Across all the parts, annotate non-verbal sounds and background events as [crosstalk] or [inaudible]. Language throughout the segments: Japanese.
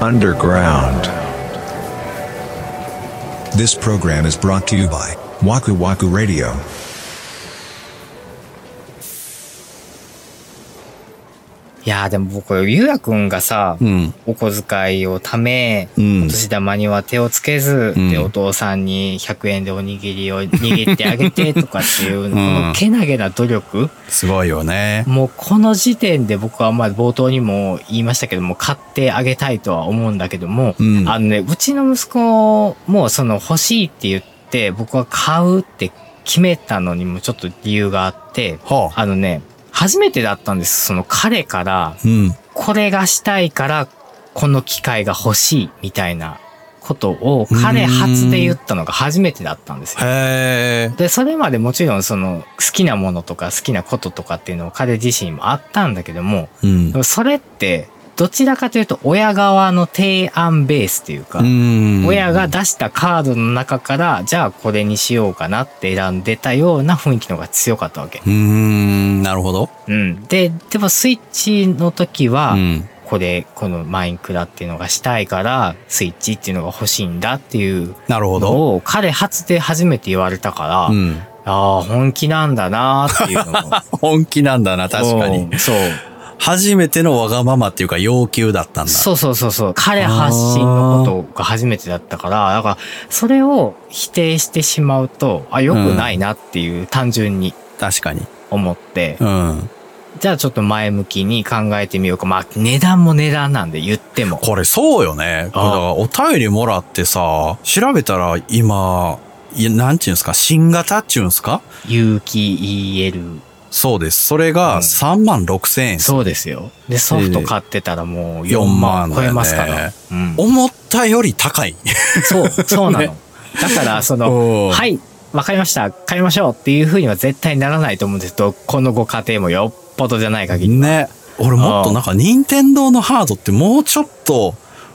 underground. This program is brought to you by Waku Waku Radio. いやーでも僕、ゆうやくんがさ、うん。お小遣いをため、うんお。年玉には手をつけず、うんで、お父さんに100円でおにぎりを [laughs] 握ってあげてとかっていう、このけなげな努力、すごいよね。もうこの時点で僕はまあ冒頭にも言いましたけども、買ってあげたいとは思うんだけども、うんあのね、うちの息子もその欲しいって言って、僕は買うって決めたのにもちょっと理由があって、はあ。あのね、初めてだったんです。その彼から、うん。これがしたいから、この機会が欲しいみたいなことを彼初で言ったのが初めてだったんですよ。へえ。で、それまでもちろんその好きなものとか好きなこととかっていうのを彼自身もあったんだけども、うんで。もそれってどちらかというと親側の提案ベースというか、うん。親が出したカードの中から、じゃあこれにしようかなって選んでたような雰囲気の方が強かったわけ。うーん、なるほど。うん。で、でもスイッチの時は、うん。これ、このマインクラっていうのがしたいから、スイッチっていうのが欲しいんだっていうなるほど。のを、彼初で初めて言われたから、うん。ああ、本気なんだなーって [laughs] いうのも。本気なんだな、確かに。うん。そう。初めてのわがままっていうか要求だったんだ。そうそうそうそう。彼発信のことが初めてだったから、だから、それを否定してしまうと、あ、良くないなっていう単純に確かに。思って、うん。じゃあちょっと前向きに考えてみようか。まあ、値段も値段なんで言っても。これそうよね。だあからお便りもらってさ、調べたら今、いや、なんちゅうんすか、新型っちゅうんすか有機 EL そうです。それが3万6千円。そうですよ。で、ソフト買ってたらもう4 4万万だよ超ねえますから。うん、思ったより高い。そう、そう [laughs] なの。だから、そおの、ーはい、わかりました、買いましょうっていうふうには絶対ならないと思うんですけど、このご家庭もよっぽどじゃな [laughs] い限り。ね。俺もっとなんか、任天堂のハードってもうちょっと、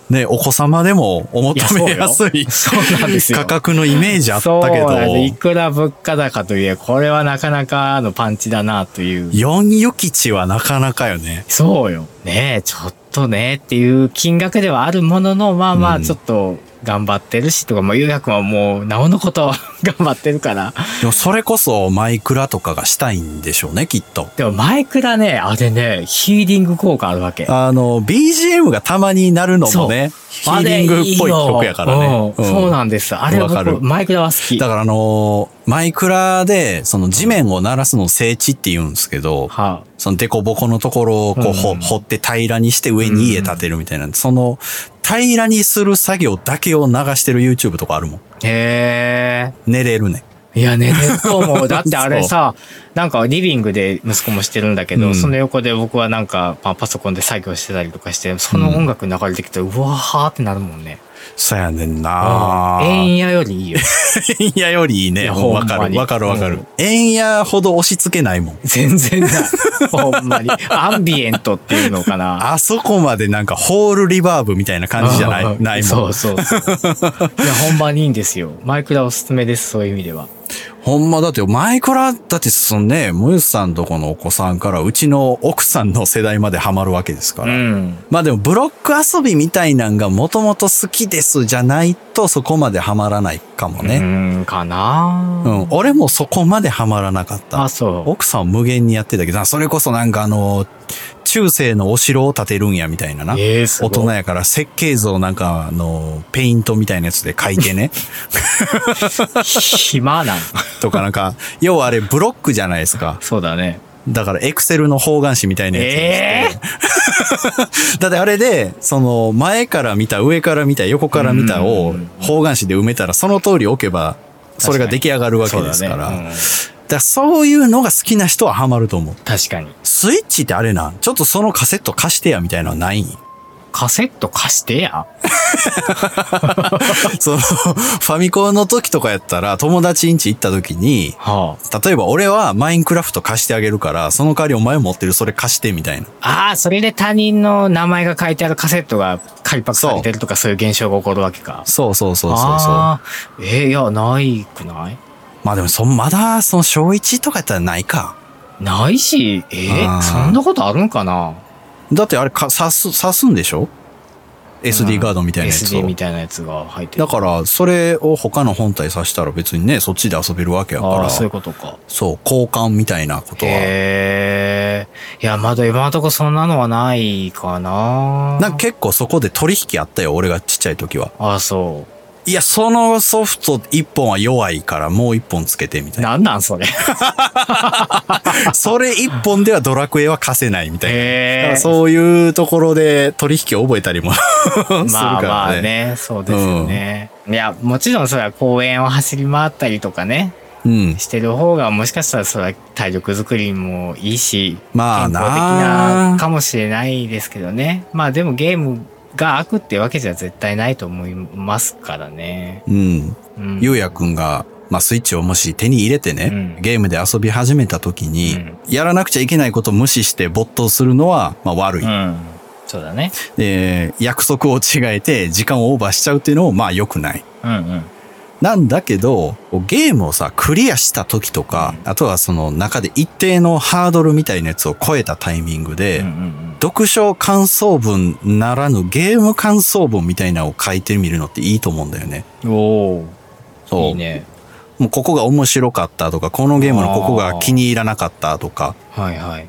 ね、お子様でもお求めやすいいやそうよそうなんですよ価格のイメージあそっうたけど、なんですいくら物価高といえ、これはなかなかのパンチだなという。 4ユキチはなかなかよね。そうよ。ねえ、ちょっとねっていう金額ではあるものの、まあまうあ、んちょっと頑張ってるし、とか、もう、ゆうやくんはもう、 [laughs] なおのこと頑張ってるから。でもそれこそマイクラとかがしたいんでしょうね、きっと。でもマイクラね、あれね、ヒーリング効果あるわけ。あの、BGM がたまになるのもね、ヒーリングっぽい曲やからね。あれいいようんそうなんです。あれわかる僕、マイクラは好き。だからあのーマイクラで、その地面を鳴らすのを整地って言うんですけど、はそのデコボコのところをこう、ほうん掘って平らにして上に家建てるみたいな、その平らにする作業だけを流してる YouTube とかあるもん。あ、へ寝れるね。え。いや、寝てる [laughs] と思う。だってあれさ、なんかリビングで息子もしてるんだけど、うんその横で僕はなんか、まあ、パソコンで作業してたりとかして、その音楽流れてきたら、うわーってなるもんね。そやねんあなあ。円やよりいいよ。円やよ [laughs] りいいいね。やもうほわんまかるにわかるわかうるん。円やほど押し付けないもん。全然ない。 [laughs] ほんまに。アンビエントっていうのかな。あそこまでなんかホールリバーブみたいな感じじゃなあ [laughs] い、ーないそもんう。そう [laughs] そう。いや、ほんまにいいんですよ。マイクラおすすめです、そういう意味では。ほんまだってマイクラ、だってそのね、ムースさんとこのお子さんからうちの奥さんの世代までハマるわけですかうら。ん。まあでもブロック遊びみたいなんがもともと好きですじゃないとそこまでハマらないかもうね。ん、かなうん。俺もそこまでハマらなかった。あ、そう。奥さん無限にやってたけど、それこそなんかあの、中世のお城を建てるんやみたいなな。ええす大ごい人やから設計図をなんかあの、ペイントみたいなやつで書いてね。[laughs] 暇なん。とかなんか、要はあれブロックじゃないですか。そうだね。だからエクセルの方眼紙みたいなやつ。ええだってあれで、その前から見た、上から見た、横から見たを方眼紙で埋めたらその通り置けば、それが出来上がるわけですから。だうんからそういうのが好きな人はハマると思う。確かに。スイッチってあれなんちょっとそのカセット貸してやみたいなのは [laughs] ないんカセット貸してや。その、ファミコンの時とかやったら友達ん家行った時に、は例えば俺はマインクラフト貸してあげるから、その代わりお前持ってるそれ貸してみたいな。あ。ああ、それで他人の名前が書いてあるカセットが仮パクされてるとかそういう現象が起こるわけか。そうそうそうそうそう。ああ。ええいや、ないくないまあでもそ、まだ、その小1とかやったらないか。ないし、ええあーそんなことあるんかなだってあれか、刺す、刺すんでしょ SD ガードみたいなやつ SD を。みたいなやつが入ってだから、それを他の本体さしたら別にね、そっちで遊べるわけやからあ、あ、そういうことか。そう、交換みたいなことは。へえ。いや、まだ今のとこそんなのはないかな。なんか結構そこで取引あったよ、俺がちっちゃい時は。あ、そいや、そのソフト1本は弱いからもう1本つけてみう。 [laughs] たいなんなんそれ。な。それ1本ではドラクエは貸せないみたいな。だかへらえ。そういうところで取引を覚えたりも [laughs] するからね。まあまあね、そうですよね。いや、もちろんそれは公園を走り回ったりとかね、うん。してる方がもしかしたらそれは体力作りもいいし、まあ健な康的なかもしれないですけどね。まあでもゲームが悪ってわけじゃ絶対ないと思いますからね。うん。うんゆうやくんが、まあ、スイッチをもし手に入れてね、うんゲームで遊び始めた時に、うんやらなくちゃいけないことを無視して没頭するのは、まあ、悪い、うん。そうだね。で、約束を違えて時間をオーバーしちゃうっていうのも、まあ、良くない。うんうん。なんだけど、ゲームをさ、クリアした時とか、あとはその中で一定のハードルみたいなやつを超えたタイミングで、うんうんうん読書感想文ならぬゲーム感想文みたいなのを書いてみるのっていいと思うんだよね。おそうお。いいね。もうここが面白かったとか、このゲームのここが気に入らなかったとか、はいはい。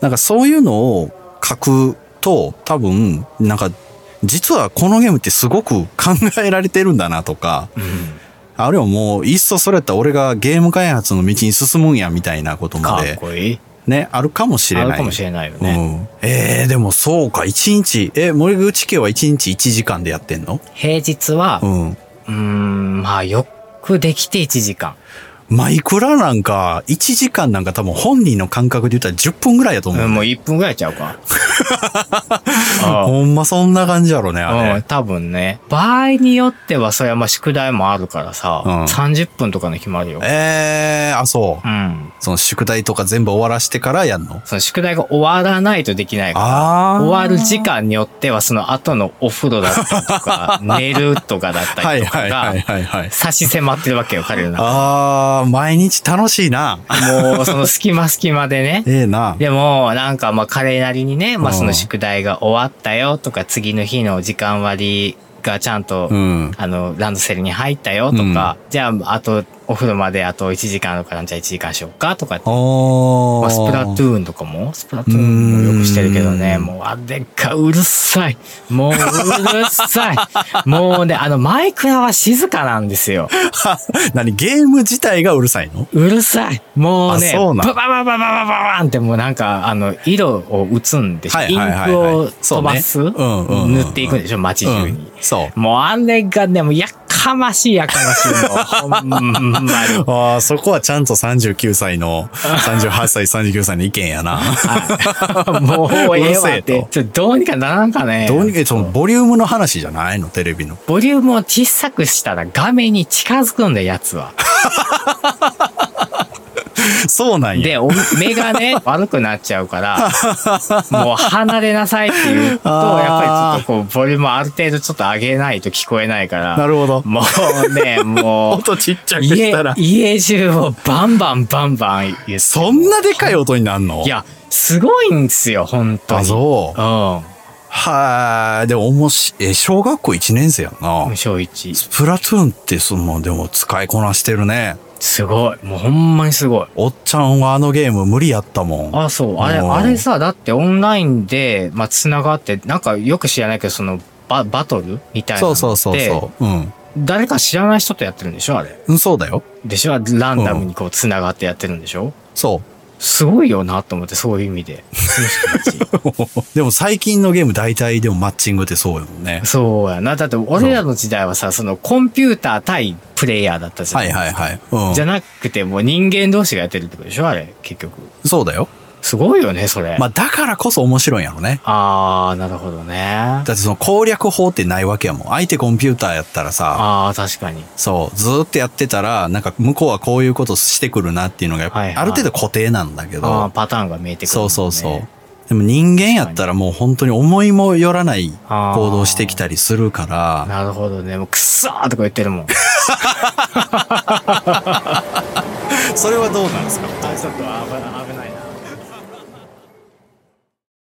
なんかそういうのを書くと、多分、なんか、実はこのゲームってすごく考えられてるんだなとか、あるいはもう、いっそそれやったら俺がゲーム開発の道に進むんやみたいなことまかでっ、こいい。ね、あるかもしれあない。るかもしれないよね。うん。えー、でもそうか、一日、え、森口家は一日1時間でやってんの平日はう、ん。うーん、まあよくできて1時間。マイクラなんか、1時間なんか多分本人の感覚で言ったら10分ぐらいやと思ううん、もう1分ぐらいちゃ [laughs] うか。あほんまそんな感じやろね、あうれん、。多分ね。場合によっては、それはまあ宿題もあるからさ、うん30分とかの日もあるよ。えー、あ、そうう。ん。その宿題とか全部終わらしてからやんのその宿題が終わらないとできないから。あー終わる時間によっては、その後のお風呂だったりと [laughs] か、寝るとかだったはいりとはかいはいが、はいはい。差し迫ってるわけよ、彼らの中あー、毎日楽しいな。もう、その隙間隙間でね。ええな。でも、なんか、まあ、彼なりにね、まうあ、んその宿題が終わったよとか、次の日の時間割がちゃんと、うん。あの、ランドセルに入ったよとか、じゃあ、あと、お風呂まであと1時間あるから、じゃあ1時間しようかとかって。おー。まあ、スプラトゥーンとかも、スプラトゥーンもよくしてるけどね、うんもう、あれか、うるさい。もう、うるさい。もうね、あの、マイクラは静かなんですよ。 [laughs] 何ゲーム自体がうるさいのうるさいもうね、あそうなんババババババババンってもうなんか、あの、色を打つんでしょ、はいはいはいはいインクを飛ばす、そうねうんうんうんうん塗っていくんでしょ街う中に。ん。そう。もうあれがね、もうやかましいやかましいの。ほんまに。ああ、そこはちゃんと39歳 [laughs] の、38歳、39歳の意見やな。もうええわ [laughs] っうるせえてと。ちょっとどうにかならんかね。どうにか、その、ボリュームの話じゃないのテレビの。ボリュームを小さくしたら画面に近づくんだよ、やつは。そうなんや。で、お目がね、 [laughs] 悪くなっちゃうから、もう離れなさいって言うと、あーやっぱりちょっとこう、ボリュームある程度ちょっと上げないと聞こえないから。なるほど。も [laughs] うね、もう、音ちっちゃくし家たら、。家中をバンバンバンバン言って。そんなでかい音になんのいや、すごいんですよ、本当に。あ、そう。うはー、でも、おもし、え、小学校1年生やんな。ん。小一。スプラトゥーンって、その、でも、使いこなしてるね。すごい。もうほんまにすごい。おっちゃんはあのゲーム無理やったもん。あ、そう。あれ、うんあれさ、だってオンラインで、まあ、つながって、なんかよく知らないけど、その、ババトルみたいなそのうって。そうそうそう。うん誰か知らない人とやってるんでしょあれ。うん。そうだよ。でしょランダムにこう、つながってやってるんでしょそう。すごいよなと思って、そういう意味 [laughs] で。その人たちでも最近のゲーム大体でもマッチングってそうよね。そうやな。だって俺らの時代はさ、そのコンピューター対プレイヤーだったじゃん。はいはいはい。うん。じゃなくてもう人間同士がやってるってことでしょあれ、結局。そうだよ。すごいよね、それ。まあだからこそ面白いんやろね。あー、なるほどね。だってその攻略法ってないわけやもん。相手コンピューターやったらさ、あー、確かに。そう、ずーっとやってたら、なんか向こうはこういうことしてくるなっていうのが、はいはいある程度固定なんだけど、あー、パターンが見えてくる、そうそうそう。。でも人間やったらもう本当に思いもよらないあー行動してきたりするから、なるほどね。もう、くっそーとか言ってるもん。それはどうなんですかちょっと危ない、危ない。